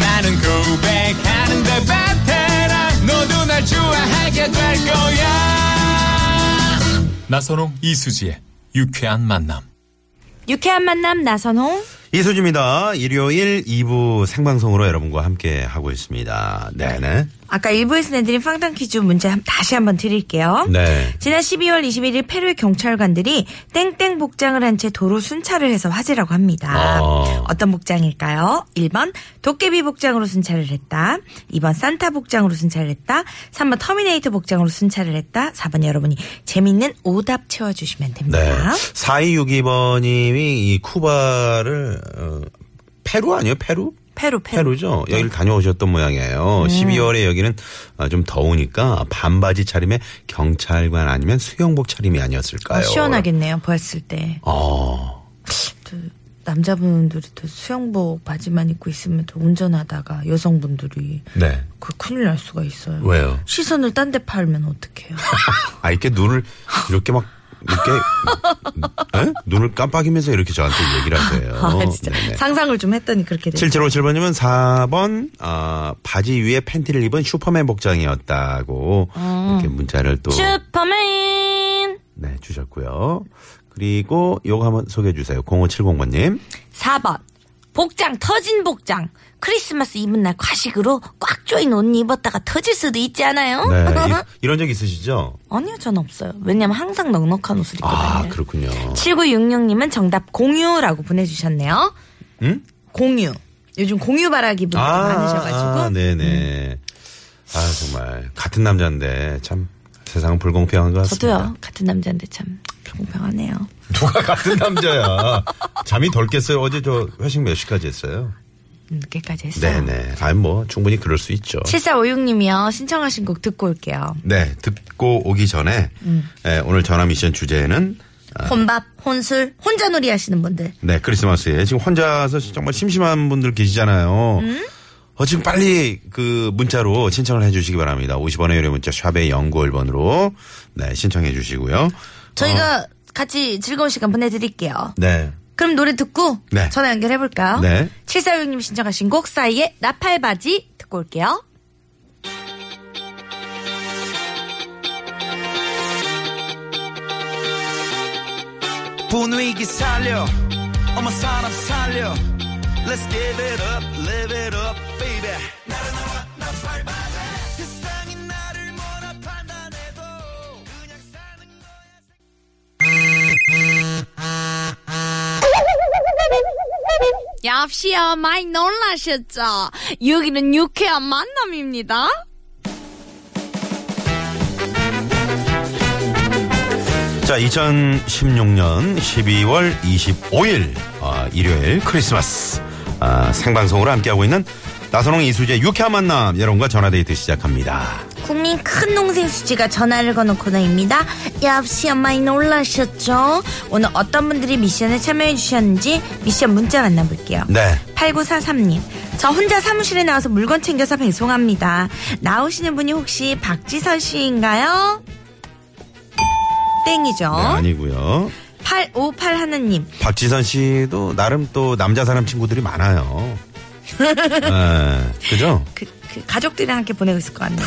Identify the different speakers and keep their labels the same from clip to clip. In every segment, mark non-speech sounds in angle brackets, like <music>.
Speaker 1: 나는 고백하는데 베테랑 너도 날 좋아하게 될 거야. 나선홍 이수지의 유쾌한 만남.
Speaker 2: 유쾌한 만남 나선홍.
Speaker 3: 이수지입니다. 일요일 2부 생방송으로 여러분과 함께 하고 있습니다. 네네.
Speaker 2: 아까 일부에서 내드린 황당 퀴즈 문제 한- 다시 한번 드릴게요.
Speaker 3: 네.
Speaker 2: 지난 12월 21일 페루의 경찰관들이 땡땡 복장을 한 채 도로 순찰을 해서 화제라고 합니다.
Speaker 3: 어.
Speaker 2: 어떤 복장일까요? 1번 도깨비 복장으로 순찰을 했다. 2번 산타 복장으로 순찰을 했다. 3번 터미네이터 복장으로 순찰을 했다. 4번 여러분이 재밌는 오답 채워주시면 됩니다.
Speaker 3: 네. 4262번님이 이 쿠바를, 어, 페루 아니에요? 페루?
Speaker 2: 페루, 네. 페루.
Speaker 3: 페루죠. 여기를 다녀오셨던 모양이에요. 12월에 여기는 어, 좀 더우니까 반바지 차림에 경찰관 아니면 수영복 차림이 아니었을까요?
Speaker 2: 어, 시원하겠네요. 보았을 때.
Speaker 3: 어.
Speaker 2: 또 남자분들이 또 수영복 바지만 입고 있으면 또 운전하다가 여성분들이
Speaker 3: 네.
Speaker 2: 그 큰일 날 수가 있어요. <laughs>
Speaker 3: 왜요?
Speaker 2: 시선을 딴 데 팔면 어떡해요?
Speaker 3: 아, 이렇게 눈을 이렇게 막, 이렇게, 음, 에? 눈을 깜빡이면서 이렇게 저한테 얘기를 하세요.
Speaker 2: <laughs> 아, 진짜.
Speaker 3: 어, 네네.
Speaker 2: 상상을 좀 했더니 그렇게 됐어요.
Speaker 3: 7757번님은 4번, 아, 바지 위에 팬티를 입은 슈퍼맨 복장이었다고
Speaker 2: 음.
Speaker 3: 이렇게 문자를 또
Speaker 2: 슈퍼맨!
Speaker 3: 네, 주셨고요. 그리고 요거 한번 소개해 주세요. 0570번님.
Speaker 2: 4번. 복장, 터진 복장. 크리스마스 입은 날 과식으로 꽉 조인 옷 입었다가 터질 수도 있지 않아요?
Speaker 3: 네. 이, 런적 있으시죠?
Speaker 2: <laughs> 아니요, 전 없어요. 왜냐면 항상 넉넉한 옷을 입고
Speaker 3: 아,
Speaker 2: 다녀요.
Speaker 3: 그렇군요.
Speaker 2: 7966님은 정답 공유라고 보내주셨네요. 공유. 요즘 공유 바라기 분들 많으셔가지고. 음.
Speaker 3: 아, 네네. 아, 정말. 같은 남자인데 참 세상은 불공평한 것 같습니다.
Speaker 2: 저도요, 같은 남자인데 참 공평하네요.
Speaker 3: 누가 같은 남자야. 잠이 덜 깼어요. 어제 저 회식 몇 시까지 했어요?
Speaker 2: 늦게까지 음, 했어요.
Speaker 3: 네네. 아니, 뭐, 충분히 그럴 수 있죠.
Speaker 2: 7456님이요, 신청하신 곡 듣고 올게요.
Speaker 3: 네, 듣고 오기 전에
Speaker 2: 음.
Speaker 3: 예, 오늘 전화 미션 주제는
Speaker 2: 혼밥, 혼술, 혼자 놀이 하시는 분들.
Speaker 3: 네 크리스마스에 지금 혼자서 정말 심심한 분들 계시잖아요.
Speaker 2: 음?
Speaker 3: 어, 지금 빨리 그 문자로 신청을 해주시기 바랍니다. 50원의 유료 문자 샵의 0951번으로 네 신청해 주시고요. 어,
Speaker 2: 저희가 같이 즐거운 시간 보내드릴게요.
Speaker 3: 네.
Speaker 2: 그럼 노래 듣고
Speaker 3: 네.
Speaker 2: 전화 연결해볼까요?
Speaker 3: 네.
Speaker 2: 7456님 신청하신 곡 사이에 나팔바지 듣고 올게요.
Speaker 4: 분위기 살려 어머 사람 살려 Let's give it up, live it up, baby 나른하와 나팔바다 세상이 나를 뭐라 판단해도 그냥 사는 거야
Speaker 5: 역시요 많이 놀라셨죠? 여기는 유쾌한 만남입니다.
Speaker 3: 자 2016년 12월 25일 아, 일요일 크리스마스 아, 생방송으로 함께하고 있는 나선홍 이수재 유쾌한 만남 여러분과 전화데이트 시작합니다.
Speaker 2: 국민 큰 동생 수지가 전화를 거는 코너입니다. 역시 많이 놀라셨죠? 오늘 어떤 분들이 미션에 참여해 주셨는지 미션 문자 만나볼게요.
Speaker 3: 네.
Speaker 2: 8943님, 저 혼자 사무실에 나와서 물건 챙겨서 배송합니다. 나오시는 분이 혹시 박지선 씨인가요? 땡이죠.
Speaker 3: 네, 아니고요.
Speaker 2: 858 하나님,
Speaker 3: 박지선 씨도 나름 또 남자 사람 친구들이 많아요. 예, 그죠?
Speaker 2: 그, 그 가족들이랑 함께 보내고 있을 것 같네요.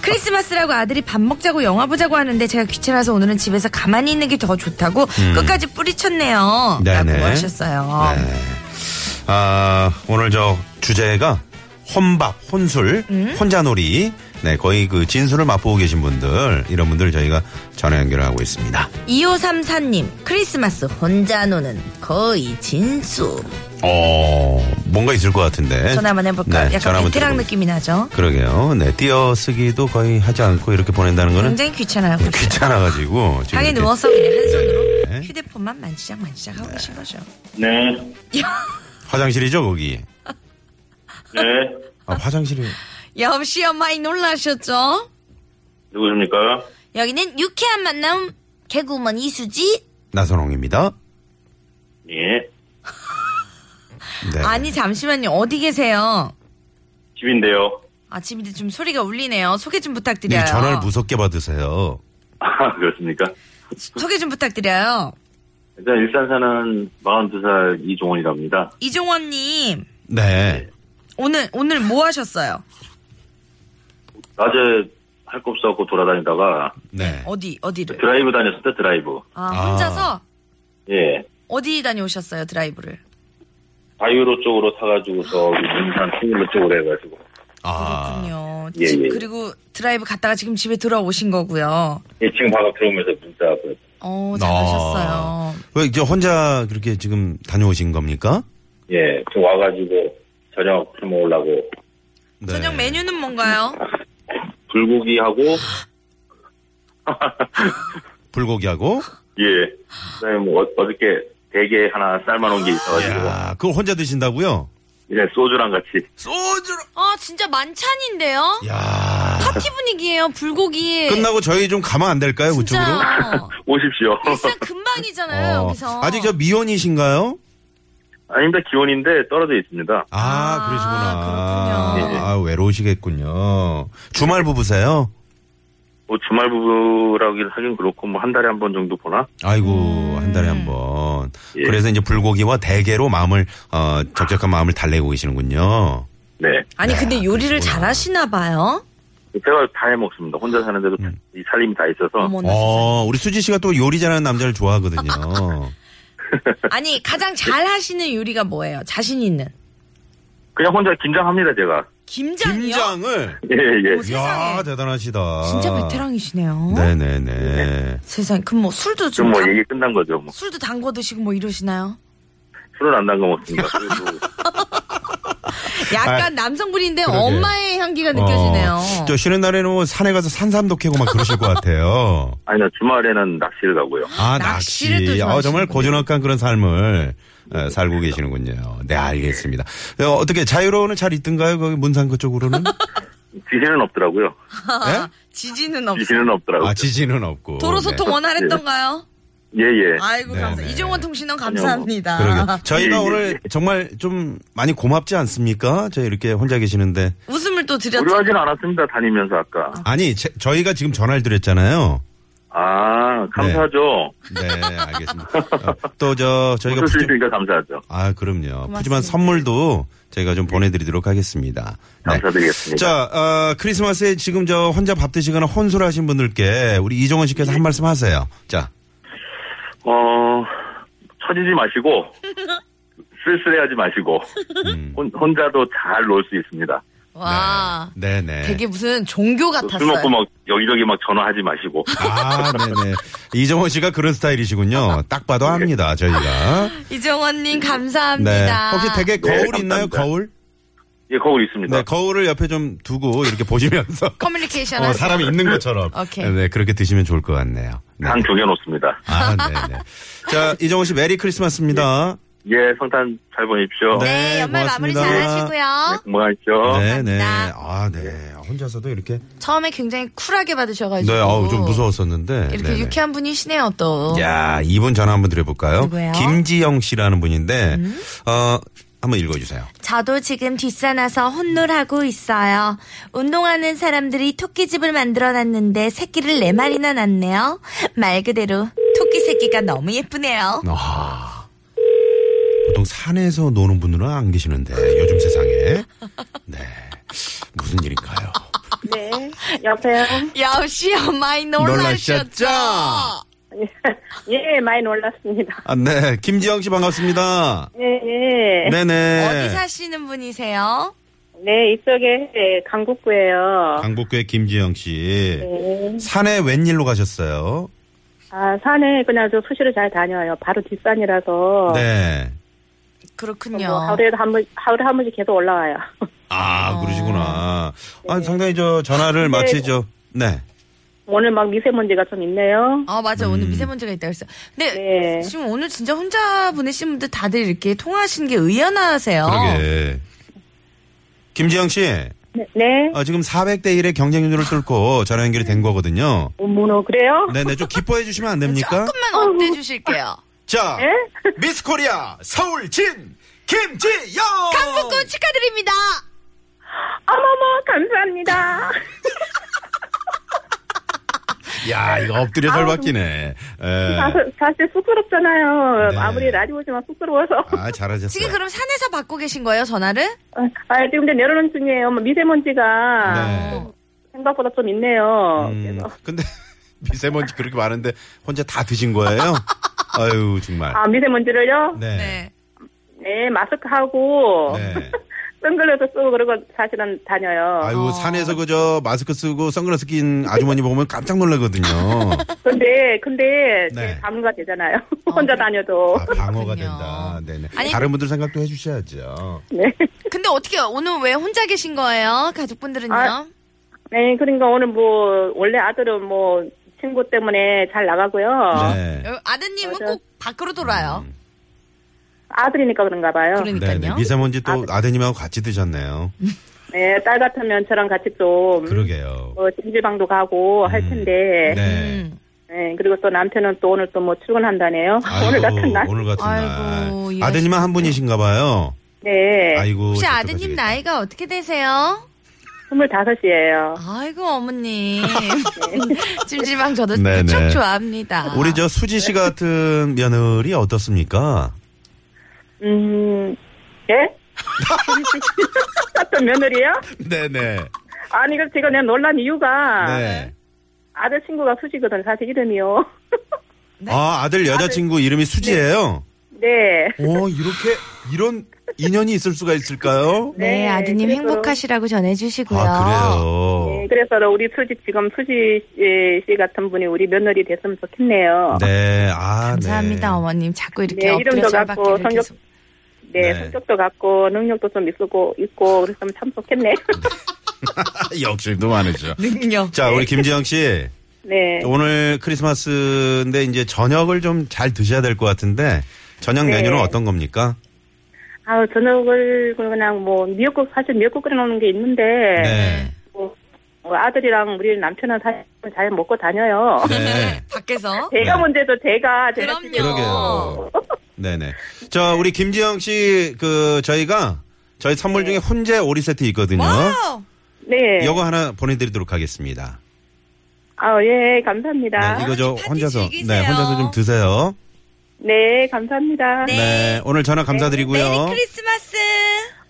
Speaker 2: <laughs> 크리스마스라고 아들이 밥 먹자고 영화 보자고 하는데 제가 귀찮아서 오늘은 집에서 가만히 있는 게 더 좋다고 끝까지 뿌리쳤네요. 라고 하셨어요.
Speaker 3: 음. 네. 아, 오늘 저 주제가 혼밥, 혼술, 혼자놀이. 네, 거의 그 진술을 맛보고 계신 분들, 이런 분들 저희가 전화 연결을 하고 있습니다.
Speaker 2: 2534님, 크리스마스 혼자 노는 거의 진수.
Speaker 3: 어, 뭔가 있을 것 같은데.
Speaker 2: 전화 한번 해볼까요?
Speaker 3: 네,
Speaker 2: 약간
Speaker 3: 전화 한번
Speaker 2: 베테랑
Speaker 3: 드려보겠습니다.
Speaker 2: 느낌이 나죠?
Speaker 3: 그러게요. 네, 띄어쓰기도 거의 하지 않고 이렇게 보낸다는 거는
Speaker 2: 굉장히
Speaker 3: 음,
Speaker 2: 귀찮아요.
Speaker 3: <laughs> 귀찮아가지고. 지금
Speaker 2: 방에
Speaker 3: 이렇게
Speaker 2: 누워서 그냥 한 손으로
Speaker 3: 네.
Speaker 2: 휴대폰만 만지작 만지작 하고 계신 거죠.
Speaker 6: 네.
Speaker 3: 화장실이죠, 거기.
Speaker 6: 네.
Speaker 3: 아, 화장실이.
Speaker 2: 여보시요 많이 놀라셨죠?
Speaker 6: 누구십니까?
Speaker 2: 여기는 유쾌한 만남 개그우먼 이수지.
Speaker 3: 나선홍입니다.
Speaker 6: 예.
Speaker 3: 네.
Speaker 2: 아니 잠시만요. 어디 계세요?
Speaker 6: 집인데요. <laughs>
Speaker 2: 아 집인데 좀 소리가 울리네요. 소개 좀 부탁드려요.
Speaker 3: 네, 전화를 무섭게 받으세요.
Speaker 6: 아, 그렇습니까?
Speaker 2: 소개 좀 부탁드려요.
Speaker 6: 일단 일산 사는 42살 이종원이라고 합니다.
Speaker 2: 이종원님
Speaker 3: 네.
Speaker 2: 오늘 오늘 뭐 하셨어요?
Speaker 6: 낮에 할 거 없어갖고 돌아다니다가
Speaker 3: 네.
Speaker 2: 어디 어디를?
Speaker 6: 드라이브 다녔습니다, 드라이브.
Speaker 2: 아 혼자서
Speaker 6: 예.
Speaker 2: 어디 다녀오셨어요 드라이브를?
Speaker 6: 바이오로 쪽으로 타가지고 저기 문산 통일로 쪽으로 해가지고.
Speaker 3: 아.
Speaker 2: 그렇군요.
Speaker 6: 예,
Speaker 2: 지-
Speaker 6: 예.
Speaker 2: 그리고 드라이브 갔다가 지금 집에 돌아오신 거고요.
Speaker 6: 예, 지금 방금 들어오면서 문자 왔어요.
Speaker 2: 어
Speaker 3: 아.
Speaker 2: 잘하셨어요.
Speaker 3: 왜 이제 혼자 그렇게 지금 다녀오신 겁니까?
Speaker 6: 예, 저 와가지고 저녁 해 먹으려고
Speaker 3: 네.
Speaker 2: 저녁 메뉴는 뭔가요?
Speaker 6: 불고기하고
Speaker 3: 불고기하고.
Speaker 6: 예. 그다음에 뭐 어- 어저께 대게 하나 삶아놓은 게 있어가지고
Speaker 3: 야, 그걸 혼자 드신다고요?
Speaker 6: 이제 소주랑 같이 <laughs>
Speaker 5: 아 진짜 만찬인데요?
Speaker 3: 야.
Speaker 5: 파티 분위기예요
Speaker 2: 네.
Speaker 5: 불고기.
Speaker 3: 끝나고 저희 좀 가면 안 될까요, 그쪽으로?
Speaker 5: 진짜
Speaker 6: 오십시오.
Speaker 5: 일산 금방이잖아요
Speaker 2: 네,
Speaker 3: 어.
Speaker 5: 여기서.
Speaker 3: 아직 저 미혼이신가요?
Speaker 6: 아닙니다. 기혼인데 떨어져 있습니다.
Speaker 3: 아,
Speaker 5: 아,
Speaker 3: 그러시구나.
Speaker 6: 그렇군요.
Speaker 3: 아, 외로우시겠군요. 주말 부부세요?
Speaker 6: 뭐 주말 부부라긴 하긴 그렇고 뭐 한 달에 한 번 정도 보나?
Speaker 2: 음.
Speaker 3: 아이고, 한 달에 한 번.
Speaker 6: 예.
Speaker 3: 그래서 이제 불고기와 대게로 마음을, 어, 적적한 마음을 달래고 계시는군요.
Speaker 2: 어,
Speaker 6: 네.
Speaker 2: 아니 근데 요리를
Speaker 3: 그러시구나.
Speaker 2: 잘하시나 봐요.
Speaker 3: 네.
Speaker 6: 제가 다 해 먹습니다. 혼자 사는데도
Speaker 3: 음.
Speaker 6: 이 살림이 다 있어서
Speaker 2: 어머나. 네, 세상에.
Speaker 3: 어, 우리 수지 씨가 또 요리 잘하는 남자를
Speaker 2: <laughs>
Speaker 3: 좋아하거든요.
Speaker 2: 아니 가장 잘하시는 요리가 뭐예요? 자신 있는
Speaker 6: 그냥 혼자 긴장합니다 제가.
Speaker 2: 김장이요?
Speaker 3: 김장을. 아.
Speaker 6: 예예.
Speaker 2: 오, 세상에.
Speaker 3: 이야, 대단하시다.
Speaker 2: 진짜 베테랑이시네요.
Speaker 3: 네네네.
Speaker 2: 세상에 그럼 뭐 술도 좀
Speaker 6: 지금 뭐
Speaker 2: 담-
Speaker 6: 얘기 끝난 거죠. 뭐
Speaker 2: 술도 담궈 드시고 뭐 이러시나요?
Speaker 6: 술은 안 담가 먹습니다. 그리고
Speaker 2: 약간 남성분인데
Speaker 3: 아. 그러게요.
Speaker 2: 엄마의 향기가 느껴지네요.
Speaker 3: 어, 저 쉬는 날에는 뭐 산에 가서 산삼도 캐고 막 그러실 것 같아요.
Speaker 6: 아니요 주말에는 낚시를 가고요.
Speaker 3: 아,
Speaker 2: 낚시를 또
Speaker 3: 낚시. 아,
Speaker 2: 좋아하시는군요.
Speaker 3: 정말 고즈넉한 그런 삶을 에, 살고 계시는군요. 네, 알겠습니다. 어, 어떻게 자유로운은 잘 있던가요? 거기 문산 그쪽으로는?
Speaker 6: 지시는 없더라고요.
Speaker 3: 예?
Speaker 2: 지지는 없어.
Speaker 6: 지시는 없더라고요.
Speaker 3: 아, 지진은 없고.
Speaker 2: 도로
Speaker 3: 네.
Speaker 2: 소통 원활했던가요?
Speaker 6: 예예.
Speaker 2: 아이고
Speaker 3: 네,
Speaker 2: 감사.
Speaker 3: 네.
Speaker 2: 이종원 통신원 감사합니다.
Speaker 3: 그러게요. 저희가
Speaker 6: 예, 예,
Speaker 3: 오늘 정말 좀 많이 고맙지 않습니까? 저희 이렇게 혼자 계시는데.
Speaker 2: 웃음을 또 드렸죠.
Speaker 6: 무료하진 않았습니다. 다니면서 아까.
Speaker 3: 아니, 제- 저희가 지금 전화를 드렸잖아요.
Speaker 6: 아 감사하죠.
Speaker 3: 네, 알겠습니다. 어, 또 저, 저희가.
Speaker 6: 웃을 수
Speaker 3: 푸짐-
Speaker 6: 있으니까 감사하죠.
Speaker 3: 아, 그럼요.
Speaker 2: 고맙습니다.
Speaker 3: 푸짐한 선물도 저희가 좀 보내드리도록 하겠습니다. 네.
Speaker 6: 감사드리겠습니다.
Speaker 3: 자, 어, 크리스마스에 지금 저 혼자 밥 드시거나 혼술 하신 분들께 우리 이종원 씨께서 한 말씀 하세요. 자,
Speaker 6: 어, 처지지 마시고, 쓸쓸해하지 마시고,
Speaker 3: 음.
Speaker 6: 혼, 혼자도 잘 놀 수 있습니다.
Speaker 2: 와.
Speaker 3: 네네.
Speaker 2: 아, 되게 무슨 종교
Speaker 6: 술 먹고
Speaker 2: 같았어요.
Speaker 6: 막 여기저기 막 전화하지
Speaker 3: <laughs>
Speaker 6: 마시고,
Speaker 3: 아, 네네. 이종원 씨가 그런 스타일이시군요. 딱 봐도 합니다, 저희가.
Speaker 2: 이정원님
Speaker 3: 네.
Speaker 2: 감사합니다.
Speaker 3: 혹시 되게 거울
Speaker 6: 네,
Speaker 3: 있나요,
Speaker 6: 감사합니다.
Speaker 3: 거울?
Speaker 6: 예, 거울 있습니다.
Speaker 3: 네, 거울을 옆에 좀 두고
Speaker 2: <laughs>
Speaker 3: 이렇게 보시면서.
Speaker 2: 커뮤니케이션
Speaker 3: 어,
Speaker 2: 하세요.
Speaker 3: 사람이 있는 것처럼.
Speaker 2: 그러니까 오케이.
Speaker 3: 네, 그렇게 드시면 좋을 것 같네요. 네.
Speaker 6: 당 조겨놓습니다.
Speaker 3: 아, 네네. 자, 이종원 씨 메리 크리스마스입니다.
Speaker 6: 예, 성탄 잘 보내십시오. 네.
Speaker 5: 네 연말 마무리
Speaker 3: 고맙습니다.
Speaker 5: 잘 하시고요.
Speaker 6: 건강하십시오.
Speaker 3: 네, 네.
Speaker 5: 감사합니다.
Speaker 3: 아, 네. 혼자서도 이렇게.
Speaker 2: 처음에 굉장히 쿨하게 받으셔가지고.
Speaker 3: 네, 아우, 좀 무서웠었는데.
Speaker 2: 이렇게
Speaker 3: 네네.
Speaker 2: 유쾌한 분이시네요 또.
Speaker 3: 야, 이분 전화 한번 드려볼까요?
Speaker 2: 누구예요? 음?
Speaker 3: 김지영 씨라는 분인데, 어, 한번 읽어주세요.
Speaker 5: 저도 지금 뒷산에서 혼놀하고 있어요. 운동하는 사람들이 토끼집을 만들어놨는데 새끼를 네 마리나 낳네요. 말 그대로 토끼 새끼가 너무 예쁘네요.
Speaker 3: 아, 보통 산에서 노는 분들은 안 계시는데, 요즘 세상에. 네. 무슨 일일까요?
Speaker 7: 네, 여보세요.
Speaker 2: 야우씨야 많이 놀라셨죠?
Speaker 7: 예, 많이 놀랐습니다.
Speaker 3: 아, 네. 김지영 씨 반갑습니다.
Speaker 7: 예, 예. 네,
Speaker 3: 네네.
Speaker 2: 어디 사시는 분이세요?
Speaker 7: 이쪽에 강북구예요.
Speaker 3: 강북구의 김지영 씨.
Speaker 7: 네.
Speaker 3: 산에 웬일로 가셨어요?
Speaker 7: 아, 산에 그냥 저 수시로 잘 다녀요. 바로
Speaker 2: 어.
Speaker 7: 뒷산이라서.
Speaker 3: 네.
Speaker 2: 그렇군요.
Speaker 7: 뭐 하루에도 한 번, 하루에 한 번씩 계속 올라와요. <laughs>
Speaker 3: 아,
Speaker 2: 어.
Speaker 3: 그러시구나.
Speaker 2: 네.
Speaker 3: 아, 상당히 저 전화를 마치 저, 네.
Speaker 7: 오늘 막 미세먼지가 좀 있네요.
Speaker 2: 아 맞아 오늘
Speaker 3: 음.
Speaker 2: 미세먼지가 있다고 했어요. 근데
Speaker 7: 네.
Speaker 2: 지금 오늘 진짜 혼자 보내신 분들 다들 이렇게 통화하신 게 의연하세요.
Speaker 3: 그러게. 김지영 씨.
Speaker 7: 네. 네.
Speaker 3: 어, 지금 400대 1의 경쟁률을 뚫고 전화 연결이 된 거거든요.
Speaker 7: 어머나, 그래요?
Speaker 3: 네네, 좀 기뻐해 주시면 안 됩니까?
Speaker 2: 조금만 예? 업데 <laughs> 주실게요.
Speaker 3: 자,
Speaker 7: 네?
Speaker 3: 미스 코리아 서울진 김지영!
Speaker 2: 한국군 축하드립니다.
Speaker 7: 어머머, 감사합니다.
Speaker 3: 야, 이거 엎드려
Speaker 2: 아,
Speaker 3: 절박기네. 예. 에.
Speaker 7: 사실, 사실 부끄럽잖아요.
Speaker 3: 네.
Speaker 7: 아무리 라디오지만 부끄러워서.
Speaker 3: 아, 잘하셨어요.
Speaker 2: 지금 그럼 산에서 받고 계신 거예요 전화를?
Speaker 7: 아, 지금 이제 내려놓은 중이에요. 뭐 미세먼지가
Speaker 3: 네.
Speaker 7: 생각보다 좀
Speaker 2: 아,
Speaker 7: 있네요.
Speaker 2: 어,
Speaker 3: 음,
Speaker 7: 그래서.
Speaker 3: 근데 <laughs> 미세먼지 그렇게 많은데 혼자 다 드신 거예요? 아유, 정말.
Speaker 7: 아, 미세먼지를요? 네,
Speaker 3: 네.
Speaker 7: 마스크 하고,
Speaker 3: 네.
Speaker 7: 선글라스 쓰고 그러고 사실은
Speaker 2: 어.
Speaker 7: 다녀요.
Speaker 3: 아유, 산에서 그저 마스크 쓰고 선글라스 낀 아주머니 보면 깜짝 놀라거든요.
Speaker 7: 근데, 근데,
Speaker 3: 네.
Speaker 7: 제 방어가 되잖아요. <laughs> 혼자 다녀도.
Speaker 3: 아, 방어가
Speaker 2: 그렇군요.
Speaker 3: 된다. 네네.
Speaker 2: 아니-
Speaker 3: 다른 분들 생각도 해주셔야죠.
Speaker 7: 네.
Speaker 2: 근데 어떻게 오늘 왜 혼자 계신 거예요? 가족분들은요?
Speaker 7: 아, 네, 그러니까 오늘 뭐, 원래 아들은 뭐, 친구 때문에 잘
Speaker 2: 뭐?
Speaker 7: 나가고요.
Speaker 3: 네.
Speaker 2: 여- 어, 아드님은
Speaker 7: 맞아.
Speaker 2: 꼭 밖으로 돌아요.
Speaker 3: 음,
Speaker 7: 아들이니까 그런가 봐요.
Speaker 3: 네네.
Speaker 2: 그러니까요. 네. 음.
Speaker 3: 미세먼지 또 아드님하고 같이 드셨네요.
Speaker 7: 네, 딸 같으면 저랑 같이 좀,
Speaker 3: 그러게요. 음.
Speaker 7: 뭐, 찜질방도 가고 할 텐데, 네.
Speaker 3: 네.
Speaker 2: 음.
Speaker 7: 그리고 또 남편은 또 오늘 또 뭐 출근한다네요.
Speaker 3: 아이고,
Speaker 7: 오늘 같은 날.
Speaker 3: 오늘 같은
Speaker 2: 아이고, 예.
Speaker 3: 날. 아드님은 한 분이신가 봐요.
Speaker 7: 네.
Speaker 3: 아이고.
Speaker 2: 혹시
Speaker 3: 저쪽까지.
Speaker 2: 아드님 나이가 어떻게 되세요?
Speaker 7: 25시에요.
Speaker 2: 아이고 <laughs> 어머님 찜질방 저도
Speaker 3: 네네.
Speaker 2: 참 좋아합니다.
Speaker 3: 우리 저 수지 씨 같은 며느리 어떻습니까?
Speaker 7: 음,
Speaker 3: <laughs>
Speaker 7: 예? <laughs> 같은 며느리요?
Speaker 3: 네네.
Speaker 7: 아니, 그 제가 내가 놀란
Speaker 2: 아,
Speaker 7: 이유가
Speaker 3: 네.
Speaker 7: 아들 친구가 수지거든, 사실 이름이요. <laughs>
Speaker 2: 네.
Speaker 3: 아, 아들 여자친구 이름이 수지예요?
Speaker 7: 네.
Speaker 3: 오, 이렇게, 이런 인연이 있을 수가 있을까요?
Speaker 2: 네,
Speaker 7: 네,
Speaker 2: 아드님
Speaker 7: 그래서-
Speaker 2: 행복하시라고 전해주시고요.
Speaker 3: 아, 그래요?
Speaker 7: 네, 그래서 우리 수지, 지금 수지 씨 같은 분이 우리 며느리 됐으면 좋겠네요.
Speaker 3: 네, 아,
Speaker 2: 감사합니다
Speaker 3: 네.
Speaker 2: 어머님 자꾸 이렇게
Speaker 7: 네,
Speaker 2: 엎드려
Speaker 7: 이름도
Speaker 2: 절박기를
Speaker 7: 같고 성격-
Speaker 2: 계속
Speaker 7: 네,
Speaker 3: 네.
Speaker 7: 성격도 같고 능력도 좀 있고, 있고 그랬으면 참 좋겠네. <laughs>
Speaker 3: 욕심도 아, 많으죠.
Speaker 2: 능력
Speaker 3: 자, 우리 김지영 씨.
Speaker 7: 네.
Speaker 3: 오늘 크리스마스인데 이제 저녁을 좀 잘 드셔야 될 것 같은데 저녁
Speaker 7: 네.
Speaker 3: 메뉴는 어떤 겁니까?
Speaker 7: 아우, 저녁을 그냥 뭐 미역국, 사실 미역국 끓여놓는 게 있는데,
Speaker 3: 네.
Speaker 7: 뭐, 뭐 아들이랑 우리 남편은 사실 잘 먹고 다녀요.
Speaker 2: <laughs>
Speaker 3: 네.
Speaker 2: 밖에서
Speaker 7: <laughs> 제가
Speaker 3: 네.
Speaker 7: 문제도 제가 제가
Speaker 2: 그럼요.
Speaker 3: 그러게요. 네네. 자, 우리 김지영 씨, 그, 저희가 저희 선물 중에 훈제 오리 세트 있거든요.
Speaker 2: 와우
Speaker 7: 네.
Speaker 3: 이거 하나 보내드리도록 하겠습니다.
Speaker 7: 아, 예, 감사합니다.
Speaker 3: 네, 이거 저
Speaker 2: 파티
Speaker 3: 혼자서,
Speaker 2: 아, 즐기세요.
Speaker 3: 네, 혼자서 좀 드세요.
Speaker 7: 네, 감사합니다.
Speaker 3: 네. 오늘 전화
Speaker 2: 메리
Speaker 3: 감사드리고요.
Speaker 2: 크리스마스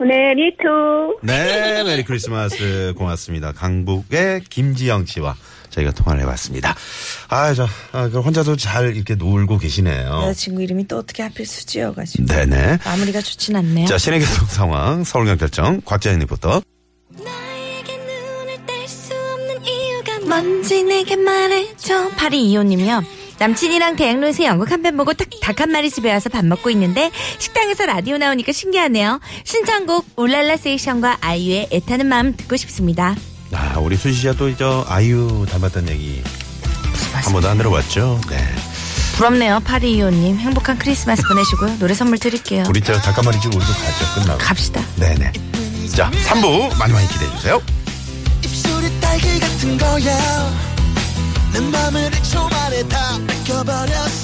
Speaker 7: 네, 리투.
Speaker 3: 네, 메리 크리스마스. 고맙습니다. 강북의 김지영 씨와 저희가 통화를 해봤습니다. 아, 저, 아, 그 혼자서 잘 이렇게 놀고 계시네요.
Speaker 8: 여자친구 이름이 또 어떻게 하필 수지여가지고
Speaker 3: 네네.
Speaker 8: 마무리가 좋진 않네요.
Speaker 3: 자, 신의교통 상황, 서울경찰청, 곽재현 리포터.
Speaker 2: 나에게 눈을 뗄 수 없는 이유가 뭔지 내게 말해줘 파리 이호님이요 남친이랑 대학로에서 연극 한 편 보고 닭 한 마리 집에 와서 밥 먹고 있는데 식당에서 라디오 나오니까 신기하네요 신청곡 울랄라 세이션과 아이유의 애타는 마음 듣고 싶습니다
Speaker 3: 아, 우리 수지 씨가 또, 저, 아이유 닮았다는 얘기 한 번도 안 들어봤죠? 네.
Speaker 2: 부럽네요 파리 이호님 행복한 크리스마스 보내시고요 노래 선물 드릴게요
Speaker 3: 우리 저, 잠깐만 이제 우리도 가죠. 끝나고.
Speaker 2: 갑시다
Speaker 3: 네네. 자, 3부 많이 많이 기대해주세요.
Speaker 9: 입술이 딸기 같은 거야 내 맘을 초반에 다 뺏겨버렸어